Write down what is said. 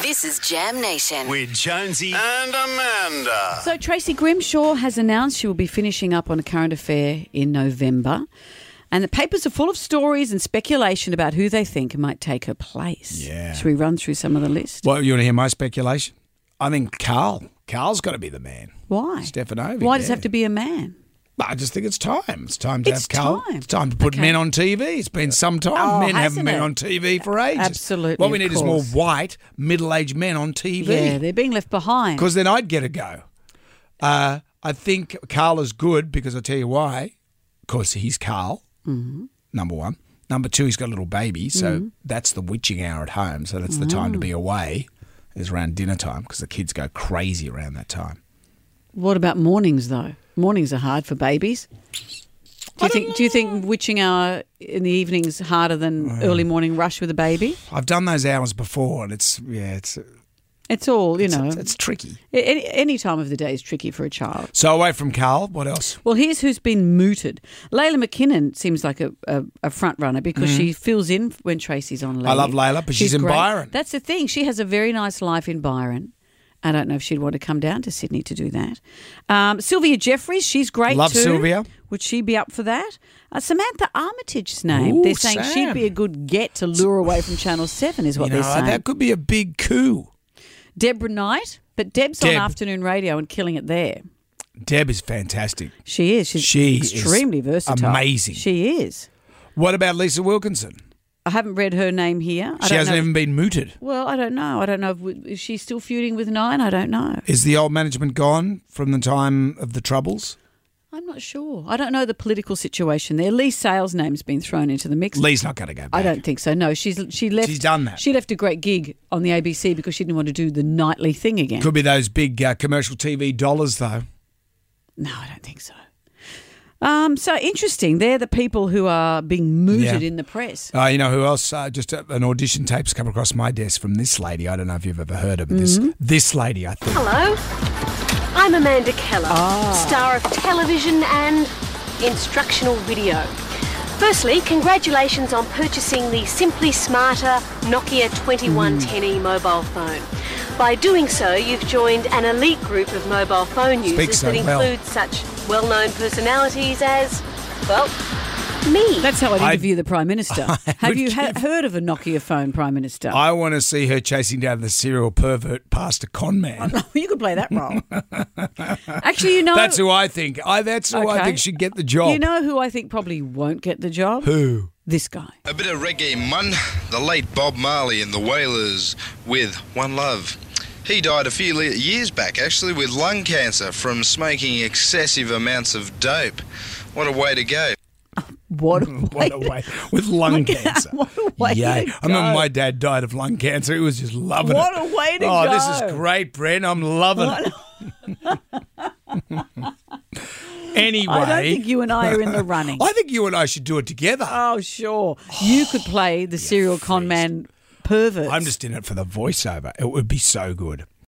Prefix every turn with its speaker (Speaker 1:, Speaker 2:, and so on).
Speaker 1: This is Jam Nation.
Speaker 2: with Jonesy.
Speaker 3: and Amanda.
Speaker 4: So Tracy Grimshaw has announced she will be finishing up on a current affair in November. And the papers are full of stories and speculation about who they think might take her place.
Speaker 2: Yeah.
Speaker 4: Should we run through some of the list?
Speaker 2: Well, you want to hear my speculation? I think Carl. Carl's got to be the man.
Speaker 4: Why?
Speaker 2: Stefanovic,
Speaker 4: Why does it
Speaker 2: yeah.
Speaker 4: have to be a man?
Speaker 2: But I just think it's time. It's time to
Speaker 4: It's
Speaker 2: have Carl.
Speaker 4: time.
Speaker 2: It's time to put
Speaker 4: Okay.
Speaker 2: men on TV. It's been some time.
Speaker 4: Oh,
Speaker 2: men haven't
Speaker 4: hasn't
Speaker 2: been
Speaker 4: it?
Speaker 2: on TV for ages.
Speaker 4: Absolutely,
Speaker 2: What we
Speaker 4: of
Speaker 2: need is more
Speaker 4: course.
Speaker 2: white, middle aged men on TV.
Speaker 4: Yeah, they're being left behind.
Speaker 2: because then I'd get a go. Uh, I think Carl is good because I tell you why. Of course, he's Carl.
Speaker 4: Mm-hmm.
Speaker 2: Number one. Number two, he's got a little baby, so that's the witching hour at home. So that's the time to
Speaker 4: Ah.
Speaker 2: be away. Is around dinner time because the kids go crazy around that time.
Speaker 4: What about mornings though? Mornings are hard for babies. Do you think? Do you think witching hour in the evening is harder than
Speaker 2: Oh.
Speaker 4: early morning rush with a baby?
Speaker 2: I've done those hours before, and it's yeah, it's
Speaker 4: It's all you know.
Speaker 2: it's, it's tricky.
Speaker 4: a- any, any time of the day is tricky for a child.
Speaker 2: So away from Carl, what else?
Speaker 4: Well, here's who's been mooted. Layla McKinnon seems like a, a, a front runner because she fills in when Tracy's on leave.
Speaker 2: Mm-hmm. I love Layla, but she's in
Speaker 4: great.
Speaker 2: Byron.
Speaker 4: That's the thing. She has a very nice life in Byron. I don't know if she'd want to come down to Sydney to do that. Um, Sylvia Jeffries, she's great
Speaker 2: Love
Speaker 4: too.
Speaker 2: Sylvia.
Speaker 4: Would she be up for that? Uh, Samantha Armitage's name.
Speaker 2: Ooh,
Speaker 4: They're saying she'd
Speaker 2: Sam.
Speaker 4: be a good get to lure away from Channel 7 is what
Speaker 2: you know,
Speaker 4: they're saying.
Speaker 2: that could be a big coup.
Speaker 4: Deborah Knight, but Deb's on
Speaker 2: Deb.
Speaker 4: afternoon radio and killing it there.
Speaker 2: Deb is fantastic.
Speaker 4: She is. She's
Speaker 2: She is
Speaker 4: extremely versatile.
Speaker 2: amazing.
Speaker 4: She is.
Speaker 2: What about Lisa Wilkinson?
Speaker 4: I haven't read her name here. I
Speaker 2: She
Speaker 4: don't
Speaker 2: hasn't
Speaker 4: know.
Speaker 2: even been mooted.
Speaker 4: Well, I don't know. I don't know if we- is she still feuding with Nine. I don't know.
Speaker 2: Is the old management gone from the time of the troubles?
Speaker 4: I'm not sure. I don't know the political situation there. Lee Sales' name's been thrown into the mix.
Speaker 2: Lee's not going to go back.
Speaker 4: I don't think so. No, she's she left.
Speaker 2: She's done that.
Speaker 4: She left a great gig on the ABC because she didn't want to do the nightly thing again.
Speaker 2: Could be those big uh, commercial TV dollars, though.
Speaker 4: No, I don't think so. Um, so interesting. They're the people who are being mooted
Speaker 2: Yeah.
Speaker 4: in the press.
Speaker 2: Uh, you know who else? Uh, just uh an audition tape's come across my desk from this lady. I don't know if you've ever heard of her, but
Speaker 4: Mm-hmm.
Speaker 2: this. This lady, I think.
Speaker 5: Hello, I'm Amanda Keller,
Speaker 2: Ah.
Speaker 5: star of television and instructional video. Firstly, congratulations on purchasing the Simply Smarter Nokia
Speaker 2: Hmm.
Speaker 5: 2110e mobile phone. By doing so, you've joined an elite group of mobile phone users
Speaker 2: so
Speaker 5: that
Speaker 2: well.
Speaker 5: includes such well known personalities as, well, me.
Speaker 4: That's how I'd
Speaker 2: I-
Speaker 4: interview the Prime Minister. Have
Speaker 2: would
Speaker 4: you ha-
Speaker 2: give-
Speaker 4: heard of a Nokia phone, Prime Minister?
Speaker 2: I want to see her chasing down the serial pervert past a con man.
Speaker 4: you could play that role. Actually, you know,
Speaker 2: That's who I think. I that's who I
Speaker 4: Okay.
Speaker 2: think should get the job.
Speaker 4: you know who I think probably won't get the job.
Speaker 2: who?
Speaker 4: This guy.
Speaker 6: A bit of reggae mun, the late Bob Marley and the Wailers with One Love. He died a few le- years back, actually, with lung cancer from smoking excessive amounts of dope. What a way to go.
Speaker 4: What? A
Speaker 2: What a way with lung cancer.
Speaker 4: what a way
Speaker 2: Yay.
Speaker 4: to
Speaker 2: I remember
Speaker 4: go.
Speaker 2: my dad died of lung cancer. He was just loving
Speaker 4: What
Speaker 2: it.
Speaker 4: a way to
Speaker 2: Oh, this is
Speaker 4: go.
Speaker 2: great, Brent. I'm loving it. anyway,
Speaker 4: I don't think you and I are in the running.
Speaker 2: I think you and I should do it together.
Speaker 4: oh, sure. You could play the serial con man pervert.
Speaker 2: I'm just in it for the voiceover. It would be so good.